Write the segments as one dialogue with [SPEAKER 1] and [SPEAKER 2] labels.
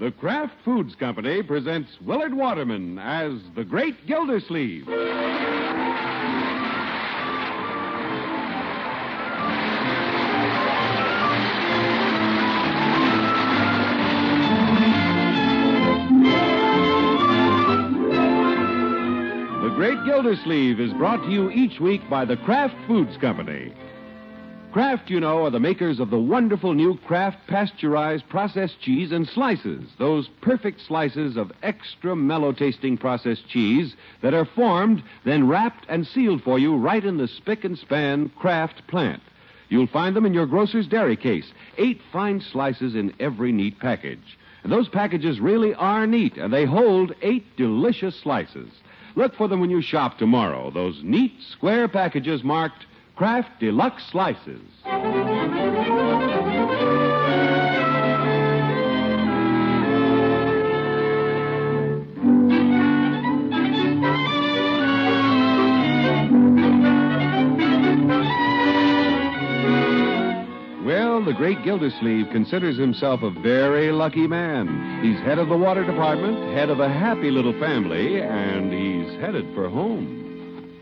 [SPEAKER 1] The Kraft Foods Company presents Willard Waterman as the Great Gildersleeve. The Great Gildersleeve is brought to you each week by the Kraft Foods Company. Kraft, you know, are the makers of the wonderful new Kraft pasteurized processed cheese and slices, those perfect slices of extra mellow tasting processed cheese that are formed, then wrapped and sealed for you right in the spick and span Kraft plant. You'll find them in your grocer's dairy case, eight fine slices in every neat package. And those packages really are neat, and they hold eight delicious slices. Look for them when you shop tomorrow, those neat square packages marked Kraft Deluxe Slices. Well, the great Gildersleeve considers himself a very lucky man. He's head of the water department, head of a happy little family, and he's headed for home.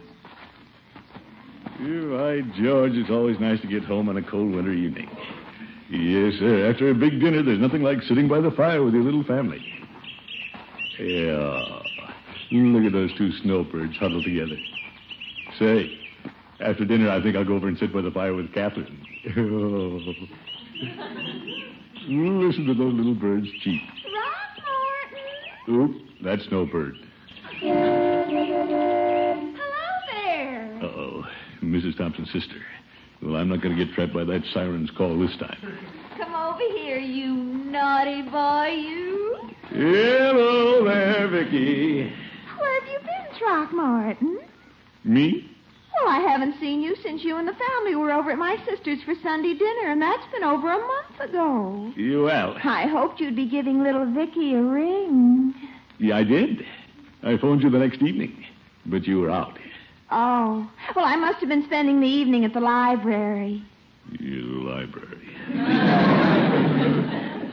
[SPEAKER 2] Yeah, By George, it's always nice to get home on a cold winter evening. Yes, sir. After a big dinner, there's nothing like sitting by the fire with your little family. Yeah. Look at those two snowbirds huddled together. Say, after dinner, I think I'll go over and sit by the fire with Catherine. Oh. Listen to those little birds cheep.
[SPEAKER 3] Throckmorton!
[SPEAKER 2] Oop, that snowbird.
[SPEAKER 3] Hello there!
[SPEAKER 2] Uh-oh, Mrs. Thompson's sister. Well, I'm not going to get trapped by that siren's call this time.
[SPEAKER 3] Come over here, you naughty boy, you.
[SPEAKER 2] Hello there, Vicky.
[SPEAKER 3] Where have you been, Throckmorton?
[SPEAKER 2] Me?
[SPEAKER 3] Well, I haven't seen you since you and the family were over at my sister's for Sunday dinner, and that's been over a month ago.
[SPEAKER 2] You well?
[SPEAKER 3] I hoped you'd be giving little Vicky a ring.
[SPEAKER 2] Yeah, I did. I phoned you the next evening, but you were out.
[SPEAKER 3] Oh, well, I must have been spending the evening at the library.
[SPEAKER 2] You library.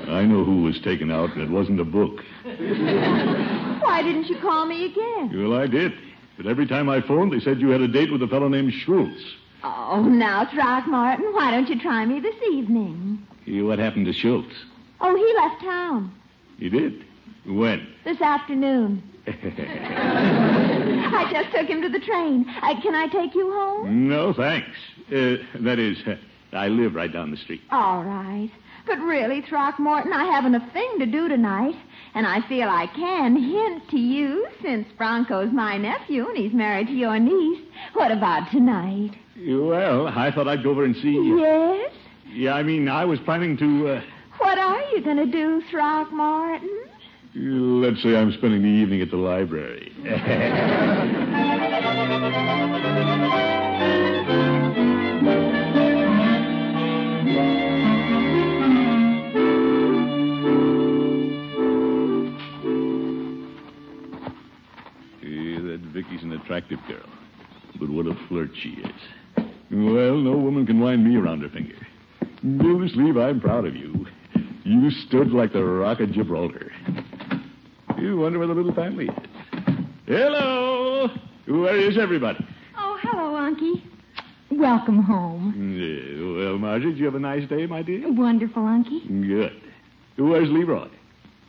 [SPEAKER 2] I know who was taken out, and it wasn't a book.
[SPEAKER 3] Why didn't you call me again?
[SPEAKER 2] Well, I did. But every time I phoned, they said you had a date with a fellow named Schultz.
[SPEAKER 3] Oh, now, Throckmorton, why don't you try me this evening?
[SPEAKER 2] Yeah, What happened to Schultz?
[SPEAKER 3] Oh, he left town
[SPEAKER 2] He did. When?
[SPEAKER 3] this afternoon. I just took him to the train. Uh, can I take you home?
[SPEAKER 2] No, thanks. Uh, that is, I live right down the street.
[SPEAKER 3] All right. But really, Throckmorton, I haven't a thing to do tonight. And I feel I can hint to you, since Bronco's my nephew and he's married to your niece. What about tonight?
[SPEAKER 2] Well, I thought I'd go over and see you.
[SPEAKER 3] Yes?
[SPEAKER 2] Yeah, I mean, I was planning to. Uh...
[SPEAKER 3] What are you going to do, Throckmorton?
[SPEAKER 2] Let's say I'm spending the evening at the library. Yeah, that Vicky's an attractive girl, but what a flirt she is. Well, no woman can wind me around her finger. Gildersleeve, I'm proud of you. You stood like the rock of Gibraltar. You wonder where the little family is. Hello! Where is everybody?
[SPEAKER 3] Oh, hello, Unky. Welcome home.
[SPEAKER 2] Yeah, well, Marjorie, did you have a nice day, my dear?
[SPEAKER 3] Wonderful, Unky.
[SPEAKER 2] Good. Where's Leroy?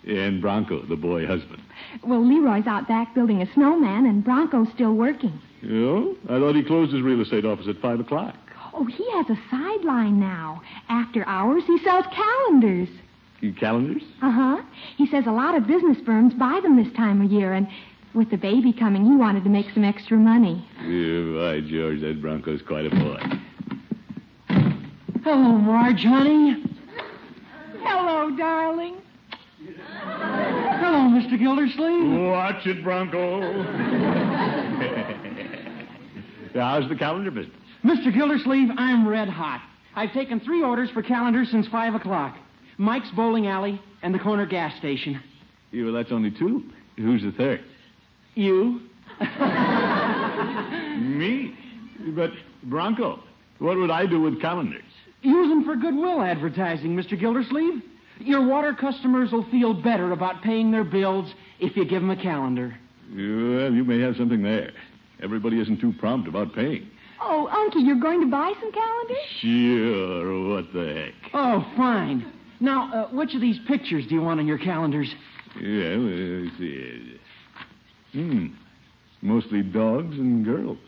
[SPEAKER 2] And Bronco, the boy husband.
[SPEAKER 3] Well, Leroy's out back building a snowman, and Bronco's still working.
[SPEAKER 2] Oh, I thought he closed his real estate office at 5 o'clock.
[SPEAKER 3] Oh, he has a sideline now. After hours, he sells calendars.
[SPEAKER 2] You calendars?
[SPEAKER 3] Uh huh. He says a lot of business firms buy them this time of year, and with the baby coming, he wanted to make some extra money.
[SPEAKER 2] Yeah, by Uh, George, that Bronco's quite a boy.
[SPEAKER 4] Hello, Marge, honey.
[SPEAKER 3] Hello, darling.
[SPEAKER 4] Hello, Mr. Gildersleeve.
[SPEAKER 2] Watch it, Bronco. How's the calendar business?
[SPEAKER 4] Mr. Gildersleeve, I'm red hot. I've taken three orders for calendars since 5 o'clock Mike's Bowling Alley and the corner gas station.
[SPEAKER 2] Yeah, well, that's only two. Who's the third?
[SPEAKER 4] You?
[SPEAKER 2] Me. But, Bronco, what would I do with calendars?
[SPEAKER 4] Use them for goodwill advertising, Mr. Gildersleeve. Your water customers will feel better about paying their bills if you give them a calendar.
[SPEAKER 2] Well, you may have something there. Everybody isn't too prompt about paying.
[SPEAKER 5] Oh, Unky, you're going to buy some calendars?
[SPEAKER 2] Sure, what the heck?
[SPEAKER 4] Oh, fine. Now, uh, which of these pictures do you want on your calendars?
[SPEAKER 2] Yeah, well, let's see. Hmm. Mostly dogs and girls.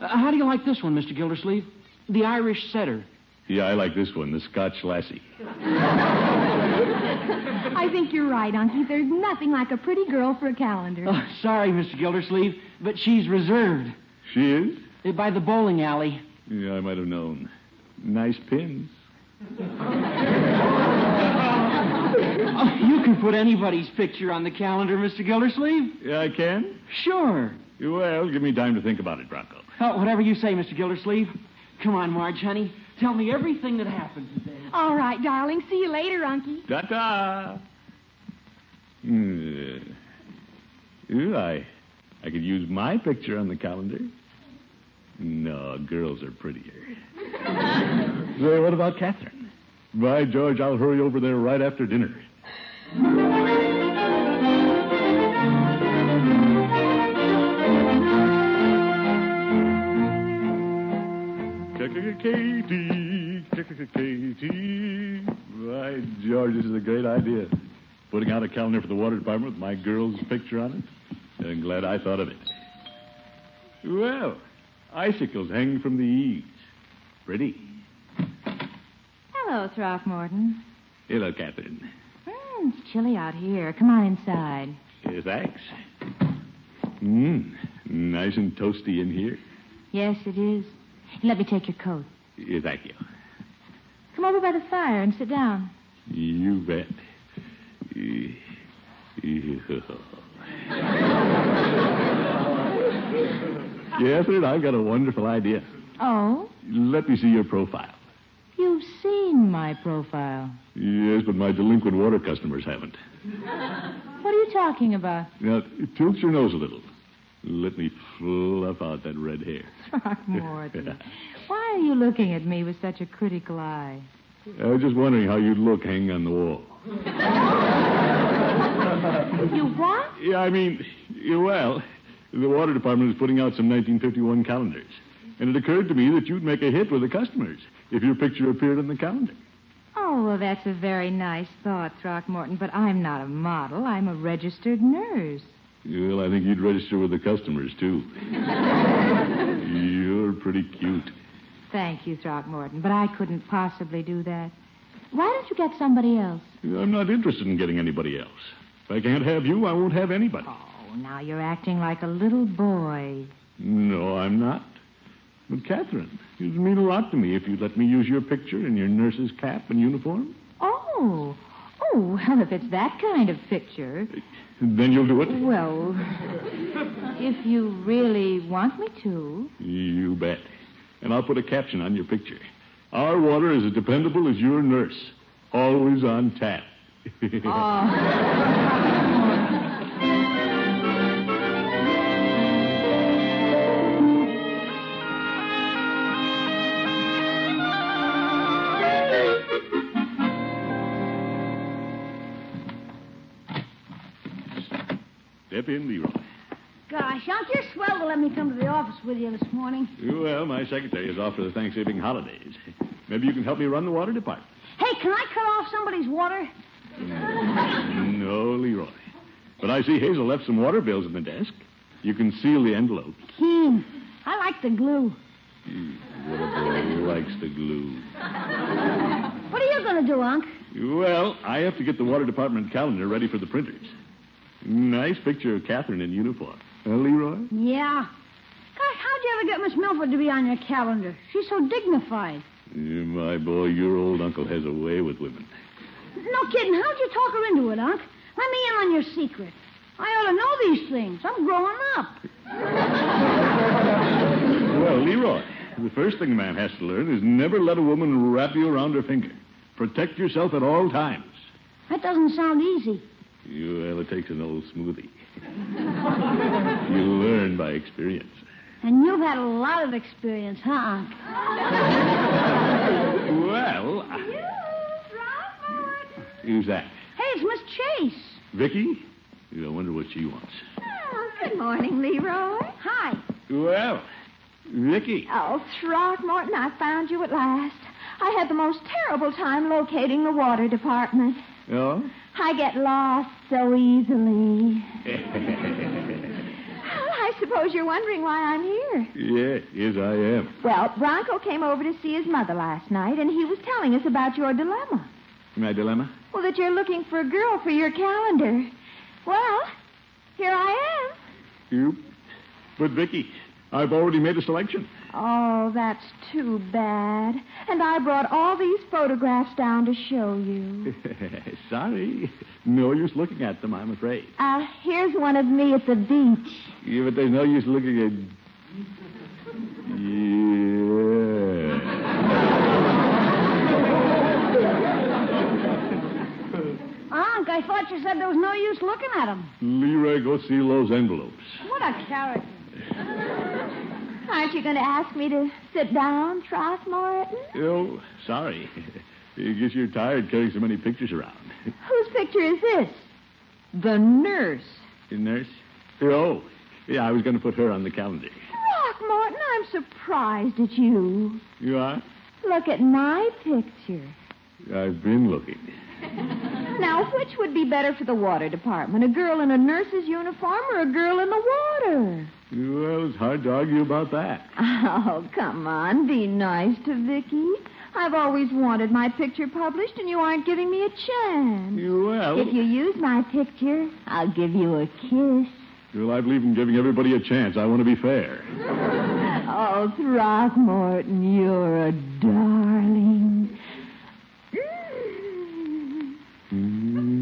[SPEAKER 4] Uh, how do you like this one, Mr. Gildersleeve? The Irish setter.
[SPEAKER 2] Yeah, I like this one, the Scotch lassie.
[SPEAKER 5] I think you're right, Unky. There's nothing like a pretty girl for a calendar.
[SPEAKER 4] Oh, sorry, Mr. Gildersleeve, but she's reserved
[SPEAKER 2] She is?
[SPEAKER 4] uh, by the bowling alley.
[SPEAKER 2] Yeah, I might have known. Nice pins.
[SPEAKER 4] Oh, you can put anybody's picture on the calendar, Mr. Gildersleeve.
[SPEAKER 2] Yeah, I can?
[SPEAKER 4] Sure.
[SPEAKER 2] Well, give me time to think about it, Bronco.
[SPEAKER 4] Oh, whatever you say, Mr. Gildersleeve. Come on, Marge, honey. Tell me everything that happened today.
[SPEAKER 5] All right, darling. See you later, Unky.
[SPEAKER 2] Ta ta! Hmm. Ooh, I, I could use my picture on the calendar. No, girls are prettier. Say, what about Catherine? By George, I'll hurry over there right after dinner. Katie, Katie. By George, this is a great idea. Putting out a calendar for the water department with my girl's picture on it. I'm Uh, glad I thought of it. Well, icicles hanging from the eaves. Pretty.
[SPEAKER 5] Hello, Throckmorton.
[SPEAKER 2] Hello, Catherine.
[SPEAKER 5] Mm, it's chilly out here. Come on inside.
[SPEAKER 2] Yes, Eh, thanks. Mmm, nice and toasty in here.
[SPEAKER 5] Yes, it is. Let me take your coat.
[SPEAKER 2] Yeah, Eh, thank you.
[SPEAKER 5] Come over by the fire and sit down.
[SPEAKER 2] You bet. Eh, Catherine, I've got a wonderful idea.
[SPEAKER 5] Oh,
[SPEAKER 2] Let me see your profile.
[SPEAKER 5] you've seen my profile.
[SPEAKER 2] Yes, but my delinquent water customers haven't.
[SPEAKER 5] What are you talking about?
[SPEAKER 2] Now, tilt your nose a little. Let me fluff out that red hair.
[SPEAKER 5] Throckmorton, why are you looking at me with such a critical eye?
[SPEAKER 2] I was just wondering how you'd look hanging on the wall.
[SPEAKER 5] You what?
[SPEAKER 2] Yeah, I mean, well, the water department is putting out some 1951 calendars. And it occurred to me that you'd make a hit with the customers if your picture appeared on the calendar.
[SPEAKER 5] Oh, well, that's a very nice thought, Throckmorton, but I'm not a model. I'm a registered nurse.
[SPEAKER 2] Well, I think you'd register with the customers, too. You're pretty cute.
[SPEAKER 5] Thank you, Throckmorton, but I couldn't possibly do that. Why don't you get somebody else?
[SPEAKER 2] I'm not interested in getting anybody else. If I can't have you, I won't have anybody.
[SPEAKER 5] Oh, now you're acting like a little boy.
[SPEAKER 2] No, I'm not. But, Catherine, it'd mean a lot to me if you'd let me use your picture in your nurse's cap and uniform.
[SPEAKER 5] Oh, oh, well, if it's that kind of picture,
[SPEAKER 2] Then you'll do it.
[SPEAKER 5] well, if you really want me to.
[SPEAKER 2] You bet. And I'll put a caption on your picture. Our water is as dependable as your nurse, always on tap. Step in, Leroy.
[SPEAKER 6] Gosh, Unc, you're swell to let me come to the office with you this morning.
[SPEAKER 2] Well, my secretary is off for the Thanksgiving holidays. Maybe you can help me run the water department.
[SPEAKER 6] Hey, can I cut off somebody's water?
[SPEAKER 2] No, Leroy. But I see Hazel left some water bills on the desk. You can seal the envelope.
[SPEAKER 6] Keen. I like the glue.
[SPEAKER 2] What a boy who likes the glue.
[SPEAKER 6] What are you going to do, Unc?
[SPEAKER 2] Well, I have to get the water department calendar ready for the printers. Nice picture of Catherine in uniform. Uh, Leroy?
[SPEAKER 6] Yeah. Gosh, how'd you ever get Miss Milford to be on your calendar? She's so dignified.
[SPEAKER 2] Yeah, my boy, your old uncle has a way with women.
[SPEAKER 6] No kidding. How'd you talk her into it, Unc? Let me in on your secret. I ought to know these things. I'm growing up.
[SPEAKER 2] Well, Leroy, the first thing a man has to learn is never let a woman wrap you around her finger. Protect yourself at all times.
[SPEAKER 6] That doesn't sound easy.
[SPEAKER 2] Well, it takes an old smoothie. you learn by experience.
[SPEAKER 6] And you've had a lot of experience, huh, Unc?
[SPEAKER 2] Well, I- Who's that?
[SPEAKER 6] Hey, it's Miss Chase.
[SPEAKER 2] Vicky? I wonder what she wants.
[SPEAKER 3] Oh, good morning, Leroy.
[SPEAKER 6] Hi.
[SPEAKER 2] Well, Vicky.
[SPEAKER 3] Oh, Throckmorton, I found you at last. I had the most terrible time locating the water department.
[SPEAKER 2] Oh?
[SPEAKER 3] I get lost so easily. Well, I suppose you're wondering why I'm here.
[SPEAKER 2] Yeah, yes, I am.
[SPEAKER 3] Well, Bronco came over to see his mother last night, and he was telling us about your dilemma.
[SPEAKER 2] My dilemma?
[SPEAKER 3] Well, that you're looking for a girl for your calendar. Well, here I am.
[SPEAKER 2] You? But, Vicky, I've already made a selection.
[SPEAKER 3] Oh, that's too bad. And I brought all these photographs down to show you.
[SPEAKER 2] Sorry. No use looking at them, I'm afraid.
[SPEAKER 3] Uh, here's one of me at the beach.
[SPEAKER 2] Yeah, but there's no use looking at. Yeah.
[SPEAKER 6] Unc, I thought you said there was no use looking at him.
[SPEAKER 2] Leroy, go seal those envelopes.
[SPEAKER 6] What a character.
[SPEAKER 3] Aren't you going to ask me to sit down, Throckmorton?
[SPEAKER 2] Oh, sorry. I guess you're tired carrying so many pictures around.
[SPEAKER 3] Whose picture is this? The nurse.
[SPEAKER 2] Nurse? Oh, yeah, I was going to put her on the calendar.
[SPEAKER 3] Throckmorton, I'm surprised at you.
[SPEAKER 2] You are?
[SPEAKER 3] Look at my picture.
[SPEAKER 2] I've been looking.
[SPEAKER 3] Now, which would be better for the water department? A girl in a nurse's uniform or a girl in the water?
[SPEAKER 2] Well, it's hard to argue about that.
[SPEAKER 3] Oh, come on. Be nice to Vicky. I've always wanted my picture published, and you aren't giving me a chance.
[SPEAKER 2] Well,
[SPEAKER 3] If you use my picture, I'll give you a kiss.
[SPEAKER 2] well, I believe in giving everybody a chance. I want to be fair.
[SPEAKER 3] Oh, Throckmorton, you're a darling. Mm.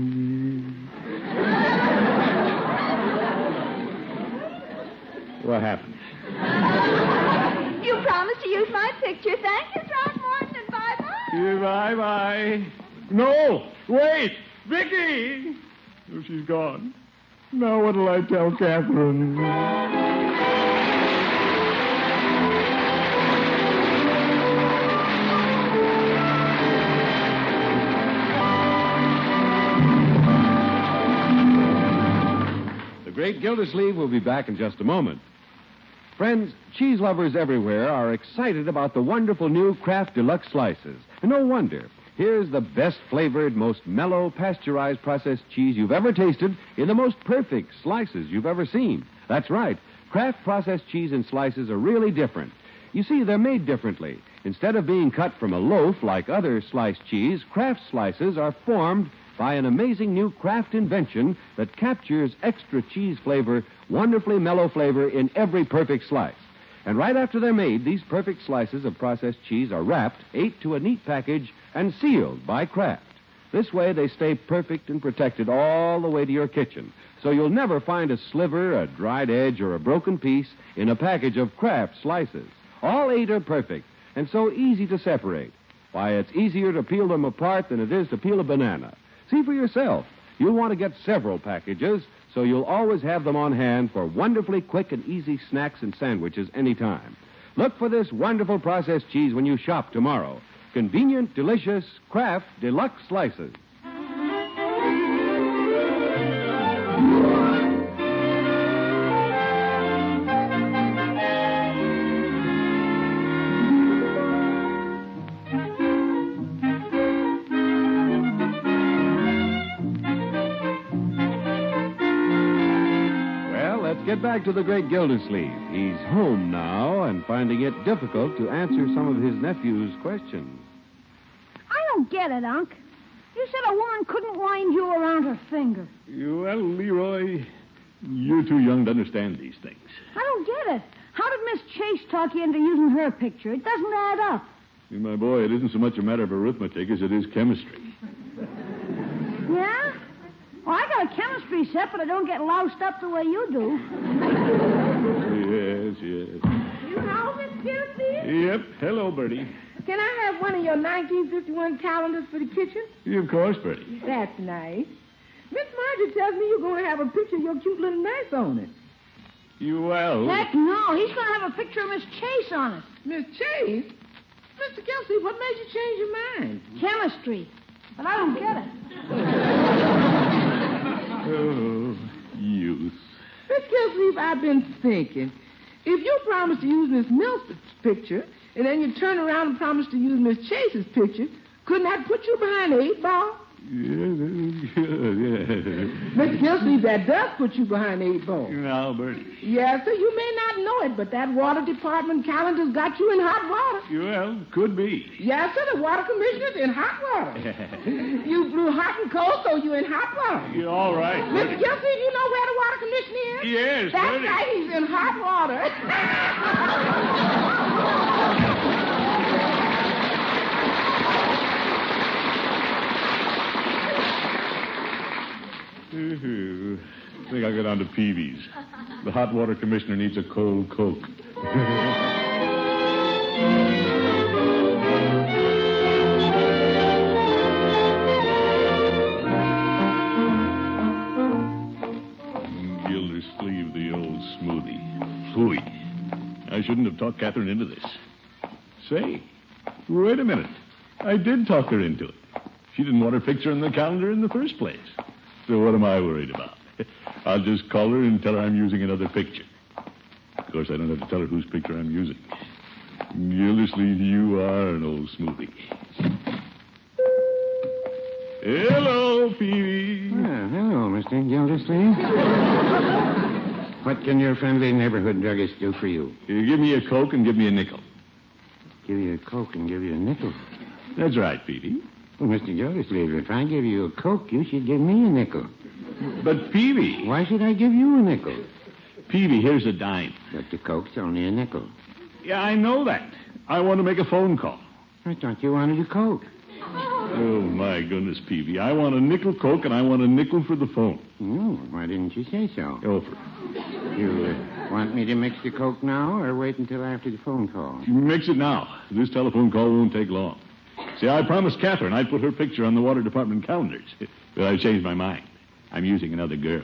[SPEAKER 2] What happened?
[SPEAKER 3] You promised to use my picture. Thank you, Throckmorton, and bye-bye.
[SPEAKER 2] Bye bye. No, wait, Vicky. Oh, she's gone. Now what'll I tell Catherine?
[SPEAKER 1] The great Gildersleeve will be back in just a moment. Friends, cheese lovers everywhere are excited about the wonderful new Kraft Deluxe slices. And no wonder. Here's the best flavored, most mellow, pasteurized processed cheese you've ever tasted in the most perfect slices you've ever seen. That's right. Kraft processed cheese and slices are really different. You see, they're made differently. Instead of being cut from a loaf like other sliced cheese, Kraft slices are formed by an amazing new Kraft invention that captures extra cheese flavor, wonderfully mellow flavor in every perfect slice. And right after they're made, these perfect slices of processed cheese are wrapped, ate to a neat package, and sealed by Kraft. This way, they stay perfect and protected all the way to your kitchen, so you'll never find a sliver, a dried edge, or a broken piece in a package of Kraft slices. All eight are perfect, and so easy to separate. Why, it's easier to peel them apart than it is to peel a banana. See for yourself. You'll want to get several packages, so you'll always have them on hand for wonderfully quick and easy snacks and sandwiches anytime. Look for this wonderful processed cheese when you shop tomorrow. Convenient, delicious, Kraft Deluxe Slices. Well, let's get back to the great Gildersleeve. He's home now and finding it difficult to answer some of his nephew's questions.
[SPEAKER 6] I don't get it, Unc. You said a woman couldn't wind you around her finger.
[SPEAKER 2] Well, Leroy, you're too young to understand these things.
[SPEAKER 6] I don't get it. How did Miss Chase talk you into using her picture? It doesn't add up.
[SPEAKER 2] My boy, it isn't so much a matter of arithmetic as it is chemistry.
[SPEAKER 6] Yeah? Well, I got a chemistry set, but I don't get loused up the way you do.
[SPEAKER 2] Yes, yes.
[SPEAKER 7] You know, Miss Gildersleeve?
[SPEAKER 2] Yep. Hello, Bertie.
[SPEAKER 7] Can I have one of your 1951 calendars for the kitchen?
[SPEAKER 2] Of course, Bertie.
[SPEAKER 7] That's nice. Miss Marjorie tells me you're going to have a picture of your cute little knife on it.
[SPEAKER 2] You well.
[SPEAKER 6] Heck no, he's going to have a picture of Miss Chase on it.
[SPEAKER 7] Miss Chase? Mr. Kelsey, what made you change your mind?
[SPEAKER 6] Chemistry. But I don't get it.
[SPEAKER 2] Oh, youth.
[SPEAKER 7] Miss Gillsleeve, I've been thinking. If you promise to use Miss Milford's picture, and then you turn around and promise to use Miss Chase's picture, couldn't that put you behind the eight ball?
[SPEAKER 2] Yeah,
[SPEAKER 7] Miss Gillsleeve, that does put you behind the eight ball.
[SPEAKER 2] yeah. Now, Bertie.
[SPEAKER 7] Yes, sir, you may not know it, but that water department calendar's got you in hot water.
[SPEAKER 2] Well, could be.
[SPEAKER 7] Yes, sir, the water commissioner's in hot water. you blew hot and cold, so you're in hot water.
[SPEAKER 2] Yeah, all right,
[SPEAKER 7] Miss
[SPEAKER 2] Bertie.
[SPEAKER 7] Gillsleeve, you know where the water commissioner is?
[SPEAKER 2] Yes,
[SPEAKER 7] That's
[SPEAKER 2] Bertie.
[SPEAKER 7] right, he's in hot water.
[SPEAKER 2] Ooh, Mm-hmm. I think I'll go down to Peavy's. The hot water commissioner needs a cold coke. Gildersleeve, the old smoothie. Phooey. I shouldn't have talked Catherine into this. Say, wait a minute. I did talk her into it. She didn't want her picture in the calendar in the first place. So what am I worried about? I'll just call her and tell her I'm using another picture. Of course, I don't have to tell her whose picture I'm using. Gildersleeve, you are an old smoothie. Hello, Phoebe.
[SPEAKER 8] Well, Ah, hello, Mr. Gildersleeve. what can your friendly neighborhood druggist do for you?
[SPEAKER 2] You give me a Coke and give me a nickel.
[SPEAKER 8] Give you a Coke and give you a nickel.
[SPEAKER 2] That's right, Phoebe.
[SPEAKER 8] Well, Mr. Gildersleeve, if I give you a Coke, you should give me a nickel.
[SPEAKER 2] But, Phoebe.
[SPEAKER 8] Why should I give you a nickel?
[SPEAKER 2] Peavy, here's a dime.
[SPEAKER 8] But the Coke's only a nickel.
[SPEAKER 2] Yeah, I know that. I want to make a phone call.
[SPEAKER 8] I thought you wanted a Coke.
[SPEAKER 2] Oh, my goodness, Peavy. I want a nickel Coke and I want a nickel for the phone.
[SPEAKER 8] No, why didn't you say so?
[SPEAKER 2] Over.
[SPEAKER 8] You uh, want me to mix the Coke now or wait until after the phone call?
[SPEAKER 2] Mix it now. This telephone call won't take long. See, I promised Catherine I'd put her picture on the water department calendars. But I've changed my mind. I'm using another girl.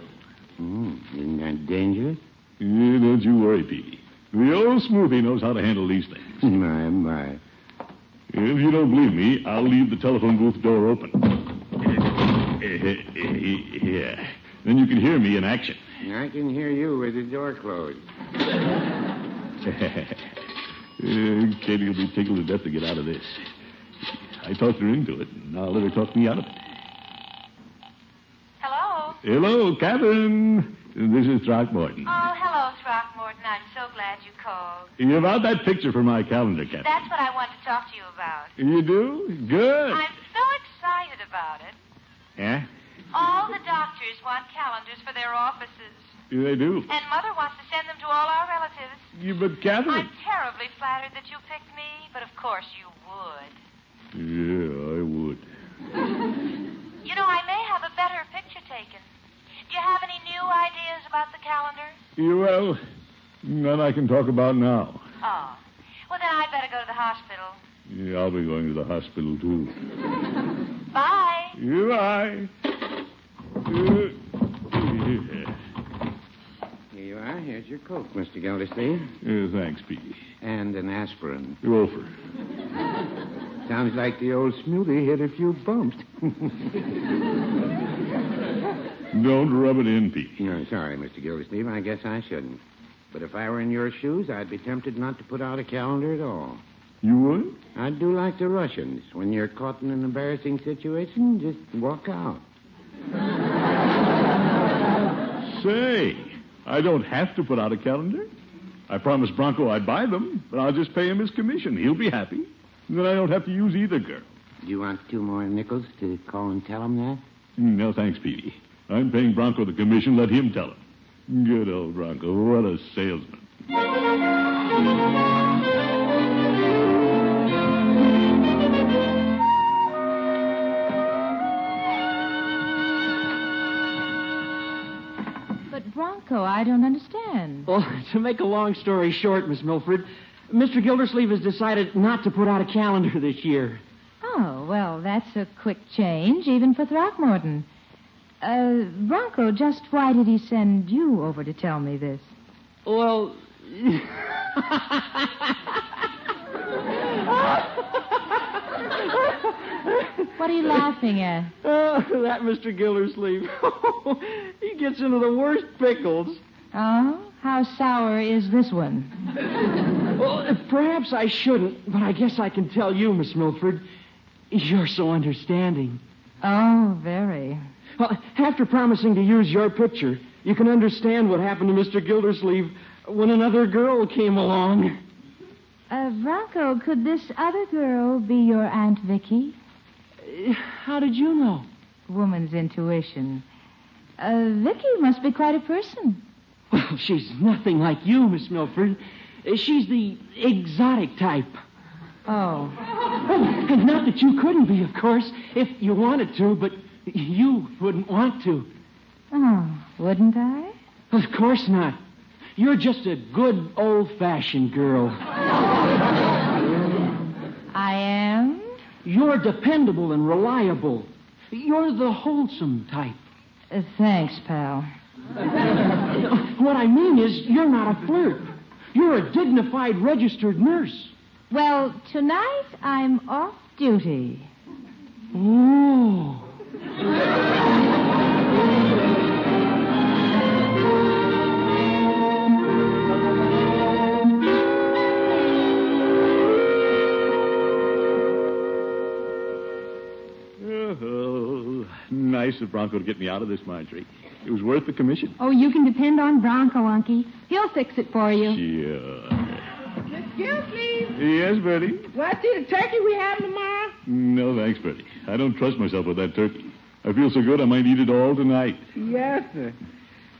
[SPEAKER 8] Hmm, isn't that dangerous?
[SPEAKER 2] Yeah, don't you worry, Peavy. The old smoothie knows how to handle these things.
[SPEAKER 8] my, my.
[SPEAKER 2] If you don't believe me, I'll leave the telephone booth door open. Yeah. Then you can hear me in action.
[SPEAKER 8] I can hear you with the door closed.
[SPEAKER 2] Uh, Katie will be tickled to death to get out of this. I talked her into it, and I'll let her talk me out of it.
[SPEAKER 9] Hello.
[SPEAKER 2] Hello, Catherine. This is Throckmorton.
[SPEAKER 9] Oh, hello, Throckmorton. I'm so glad you called.
[SPEAKER 2] You about that picture for my calendar, Catherine?
[SPEAKER 9] That's what I wanted to talk to you about.
[SPEAKER 2] You do? Good.
[SPEAKER 9] I'm so excited about it.
[SPEAKER 2] Yeah?
[SPEAKER 9] All the doctors want calendars for their offices,
[SPEAKER 2] They do.
[SPEAKER 9] and Mother wants to send them to all our relatives.
[SPEAKER 2] You, but Catherine.
[SPEAKER 9] I'm terribly flattered that you picked me, but of course you would.
[SPEAKER 2] Yeah, I would.
[SPEAKER 9] You know, I may have a better picture taken. Do you have any new ideas about the calendar?
[SPEAKER 2] Yeah, well, none I can talk about now.
[SPEAKER 9] Oh. Well, then I'd better go to the hospital.
[SPEAKER 2] Yeah, I'll be going to the hospital, too.
[SPEAKER 9] Bye.
[SPEAKER 2] Goodbye. Uh,
[SPEAKER 8] Here you are. Here's your Coke, Mr. Gildersleeve.
[SPEAKER 2] yeah, Uh, thanks, Pete.
[SPEAKER 8] And an aspirin.
[SPEAKER 2] Wilford.
[SPEAKER 8] Sounds like the old smoothie hit a few bumps.
[SPEAKER 2] Don't rub it in, Pete.
[SPEAKER 8] no, sorry, Mr. Gildersleeve. I guess I shouldn't. But if I were in your shoes, I'd be tempted not to put out a calendar at all.
[SPEAKER 2] You would?
[SPEAKER 8] I'd do like the Russians. When you're caught in an embarrassing situation, just walk out.
[SPEAKER 2] Say, I don't have to put out a calendar. I promised Bronco I'd buy them, but I'll just pay him his commission. He'll be happy. And then I don't have to use either girl.
[SPEAKER 8] Do you want two more nickels to call and tell them that?
[SPEAKER 2] Mm, No, thanks, Petey. I'm paying Bronco the commission. Let him tell him. Good old Bronco. What a salesman.
[SPEAKER 3] But, Bronco, I don't understand.
[SPEAKER 4] Well, Oh, to make a long story short, Miss Milford, Mr. Gildersleeve has decided not to put out a calendar this year.
[SPEAKER 3] Oh, well, that's a quick change, even for Throckmorton. Uh, Bronco, just why did he send you over to tell me this?
[SPEAKER 4] Well,
[SPEAKER 5] What are you laughing at?
[SPEAKER 4] Oh, that Mr. Gildersleeve. he gets into the worst pickles.
[SPEAKER 5] Oh, how sour is this one?
[SPEAKER 4] Well, uh, perhaps I shouldn't, but I guess I can tell you, Miss Milford. You're so understanding.
[SPEAKER 5] Oh, very.
[SPEAKER 4] Well, after promising to use your picture, you can understand what happened to Mr. Gildersleeve when another girl came along.
[SPEAKER 5] Uh, Bronco, could this other girl be your Aunt Vicky?
[SPEAKER 4] Uh, How did you know?
[SPEAKER 5] Woman's intuition. Uh, Vicky must be quite a person.
[SPEAKER 4] Well, she's nothing like you, Miss Milford. Uh, She's the exotic type.
[SPEAKER 5] Oh.
[SPEAKER 4] Oh, and not that you couldn't be, of course, if you wanted to, but you wouldn't want to.
[SPEAKER 5] Oh, wouldn't I?
[SPEAKER 4] Of course not. You're just a good old fashioned girl.
[SPEAKER 5] I am?
[SPEAKER 4] You're dependable and reliable. You're the wholesome type.
[SPEAKER 5] Uh, thanks, pal.
[SPEAKER 4] What I mean is, you're not a flirt. You're a dignified registered nurse.
[SPEAKER 5] Well, tonight I'm off duty.
[SPEAKER 4] Oh.
[SPEAKER 2] Oh, nice of Bronco to get me out of this, Marjorie. It was worth the commission.
[SPEAKER 10] Oh, you can depend on Bronco, Unky. He'll fix it for you.
[SPEAKER 2] Yeah.
[SPEAKER 7] Miss Gildersleeve,
[SPEAKER 2] Yes, Bertie?
[SPEAKER 7] what's the turkey we having tomorrow?
[SPEAKER 2] No, thanks, Bertie. I don't trust myself with that turkey. I feel so good I might eat it all tonight.
[SPEAKER 7] Yes, sir.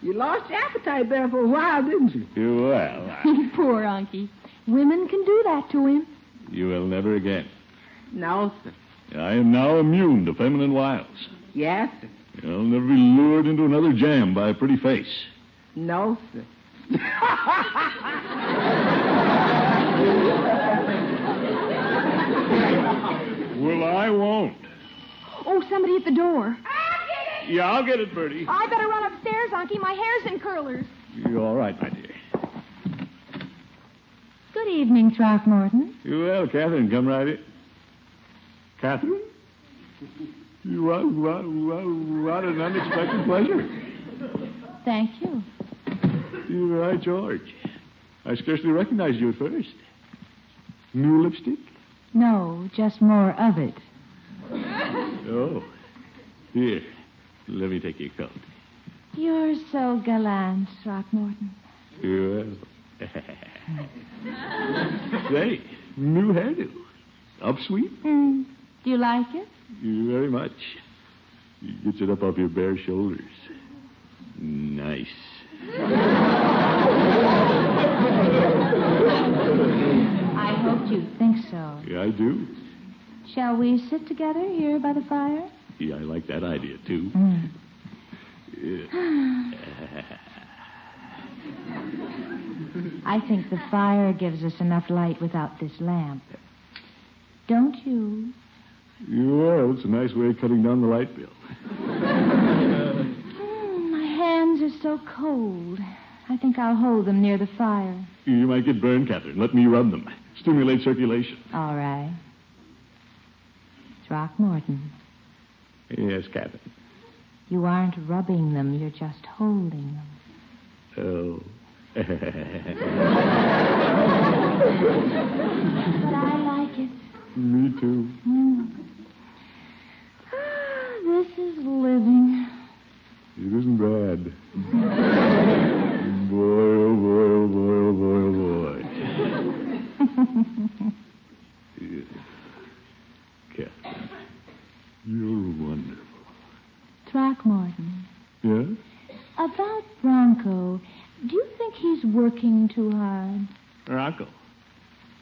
[SPEAKER 7] You lost your appetite there for a while, didn't you?
[SPEAKER 2] Well, I-
[SPEAKER 10] Poor Unky. Women can do that to him.
[SPEAKER 2] you will never again.
[SPEAKER 7] No, sir.
[SPEAKER 2] I am now immune to feminine wiles.
[SPEAKER 7] Yes, sir.
[SPEAKER 2] I'll never be lured into another jam by a pretty face.
[SPEAKER 7] No, sir.
[SPEAKER 2] Well, I won't.
[SPEAKER 10] Oh, somebody at the door.
[SPEAKER 2] Yeah, I'll get it, Bertie.
[SPEAKER 10] I better run upstairs, Unky. My hair's in curlers.
[SPEAKER 2] You're all right, my dear.
[SPEAKER 5] Good evening, Throckmorton.
[SPEAKER 2] Well, Catherine, come right in. Catherine? What, what, what, what an unexpected pleasure.
[SPEAKER 5] Thank you.
[SPEAKER 2] You are George. I scarcely recognized you at first. New lipstick?
[SPEAKER 5] No, just more of it.
[SPEAKER 2] Oh. Here, let me take your coat.
[SPEAKER 5] You're so gallant, Throckmorton.
[SPEAKER 2] Well. Say, new hairdo. Upsweep?
[SPEAKER 5] Hmm. Do you like it?
[SPEAKER 2] You very much. You gets it up off your bare shoulders. Nice.
[SPEAKER 5] I hope you think so.
[SPEAKER 2] Yeah, I do.
[SPEAKER 5] Shall we sit together here by the fire?
[SPEAKER 2] Yeah, I like that idea, too.
[SPEAKER 5] I think the fire gives us enough light without this lamp. Don't you?
[SPEAKER 2] Well, it's a nice way of cutting down the light bill.
[SPEAKER 5] Mm, my hands are so cold. I think I'll hold them near the fire.
[SPEAKER 2] You might get burned, Catherine. Let me rub them. Stimulate circulation.
[SPEAKER 5] All right. Throckmorton,
[SPEAKER 2] Yes, Catherine.
[SPEAKER 5] you aren't rubbing them, you're just holding them.
[SPEAKER 2] Oh.
[SPEAKER 5] But I like it.
[SPEAKER 2] me too.
[SPEAKER 5] this is living.
[SPEAKER 2] It isn't bad. boy, oh boy, oh boy, oh boy, oh boy. oh, Yeah. Catherine, you're wonderful.
[SPEAKER 5] Throckmorton,
[SPEAKER 2] Yes?
[SPEAKER 5] about Bronco, do you think he's working too hard?
[SPEAKER 2] Rocco,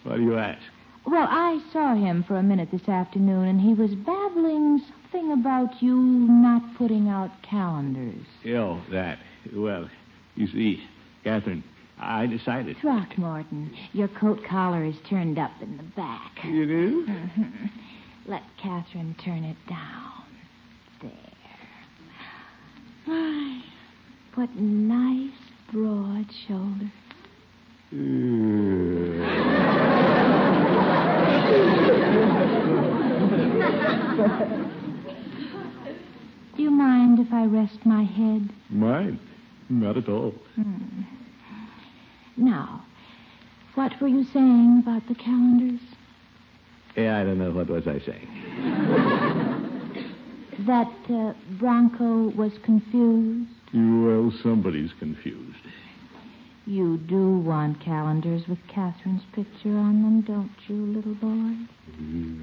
[SPEAKER 2] why do you ask?
[SPEAKER 5] Well, I saw him for a minute this afternoon, and he was babbling something about you not putting out calendars.
[SPEAKER 2] Oh, that. Well, you see, Catherine, I decided.
[SPEAKER 5] Throckmorton, your coat collar is turned up in the back. Mm-hmm.
[SPEAKER 2] It is?
[SPEAKER 5] Let Catherine turn it down. There. My, what nice broad shoulders.
[SPEAKER 2] Yeah.
[SPEAKER 5] Do you mind if I rest my head?
[SPEAKER 2] Mine? Not at all.
[SPEAKER 5] Hmm. Now, what were you saying about the calendars?
[SPEAKER 2] Yeah, I don't know. What was I saying?
[SPEAKER 5] That uh, Bronco was confused?
[SPEAKER 2] Well, somebody's confused.
[SPEAKER 5] You do want calendars with Catherine's picture on them, don't you, little boy?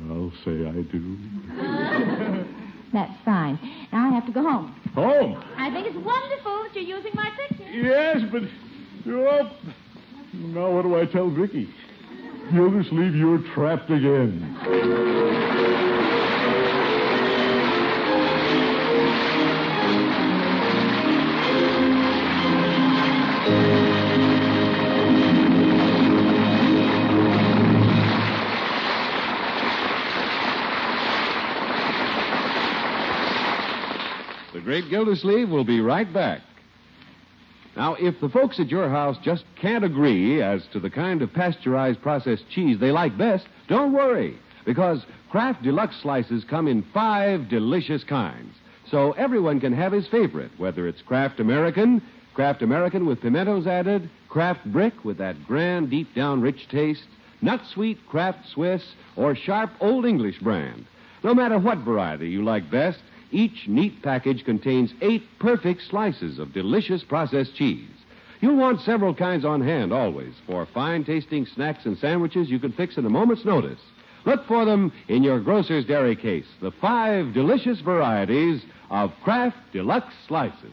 [SPEAKER 2] I'll say I do.
[SPEAKER 5] That's fine. Now I have to go home.
[SPEAKER 2] Home?
[SPEAKER 10] I think it's wonderful that you're using my picture.
[SPEAKER 2] Yes, but. Oh, now what do I tell Vicky? Gildersleeve, you're trapped again.
[SPEAKER 1] The Great Gildersleeve will be right back. Now, if the folks at your house just can't agree as to the kind of pasteurized processed cheese they like best, don't worry, because Kraft Deluxe slices come in five delicious kinds. So everyone can have his favorite, whether it's Kraft American, Kraft American with pimentos added, Kraft Brick with that grand, deep down rich taste, Nut Sweet, Kraft Swiss, or Sharp Old English brand. No matter what variety you like best, each neat package contains eight perfect slices of delicious processed cheese. You'll want several kinds on hand always for fine tasting snacks and sandwiches you can fix in a moment's notice. Look for them in your grocer's dairy case, the five delicious varieties of Kraft Deluxe Slices.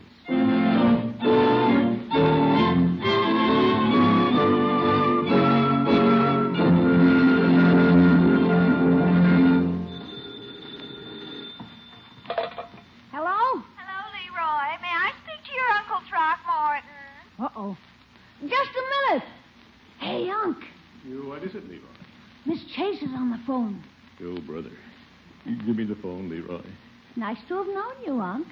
[SPEAKER 6] Hello?
[SPEAKER 9] Hello, Leroy. May I speak to your Uncle Throckmorton?
[SPEAKER 6] Uh oh. Just a minute. Hey, Unc.
[SPEAKER 2] What is it, Leroy?
[SPEAKER 6] Miss Chase is on the phone.
[SPEAKER 2] Oh, brother. Give me the phone, Leroy.
[SPEAKER 6] Nice to have known you, Unc.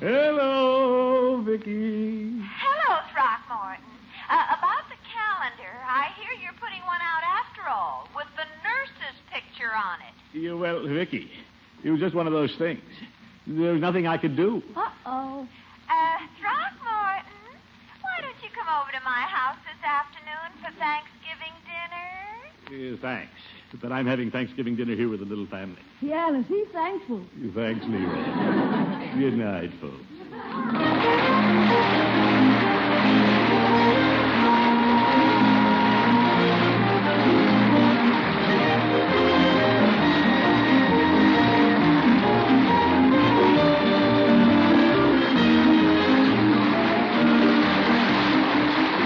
[SPEAKER 2] Hello, Vicky.
[SPEAKER 9] Hello, Throckmorton. Uh, about the calendar, I hear you're putting one out after all with the nurse's picture on it.
[SPEAKER 2] You, well, Vicky, it was just one of those things. There was nothing I could do.
[SPEAKER 6] Uh oh.
[SPEAKER 9] Uh, Throckmorton, why don't you come over to my house this afternoon for Thanksgiving dinner?
[SPEAKER 2] Uh, thanks. But I'm having Thanksgiving dinner here with the little family.
[SPEAKER 6] Yeah, is he thankful?
[SPEAKER 2] Thanks, Leroy. Good night, folks.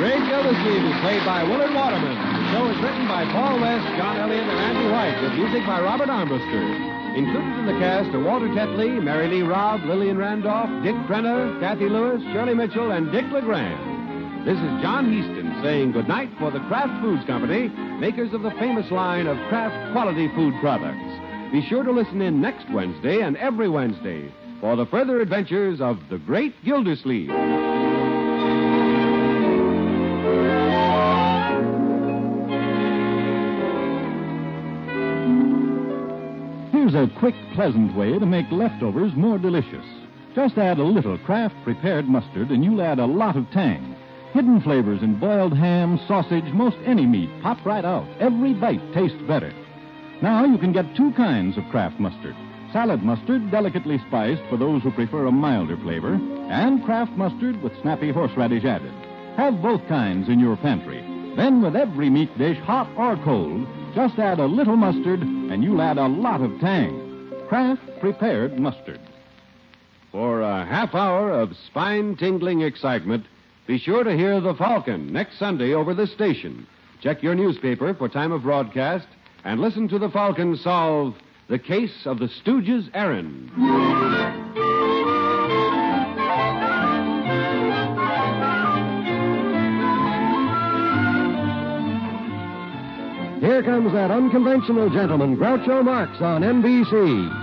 [SPEAKER 1] Great Gildersleeve is played by Willard Waterman. The show is written by Paul West, John Elliott, and Andy White, with music by Robert Armbruster. Included in the cast are Walter Tetley, Mary Lee Robb, Lillian Randolph, Dick Brenner, Kathy Lewis, Shirley Mitchell, and Dick LeGrand. This is John Heaston saying goodnight for the Kraft Foods Company, makers of the famous line of Kraft quality food products. Be sure to listen in next Wednesday and every Wednesday for the further adventures of the Great Gildersleeve.
[SPEAKER 11] Here's a quick, pleasant way to make leftovers more delicious. Just add a little Kraft prepared mustard and you'll add a lot of tang. Hidden flavors in boiled ham, sausage, most any meat pop right out. Every bite tastes better. Now you can get two kinds of Kraft mustard salad mustard, delicately spiced for those who prefer a milder flavor, and Kraft mustard with snappy horseradish added. Have both kinds in your pantry. Then, with every meat dish, hot or cold, just add a little mustard and you'll add a lot of tang. Kraft prepared mustard.
[SPEAKER 1] For a half hour of spine tingling excitement, be sure to hear The Falcon next Sunday over this station. Check your newspaper for time of broadcast and listen to The Falcon solve the case of the Stooges' errand.
[SPEAKER 12] Here comes that unconventional gentleman, Groucho Marx, on NBC.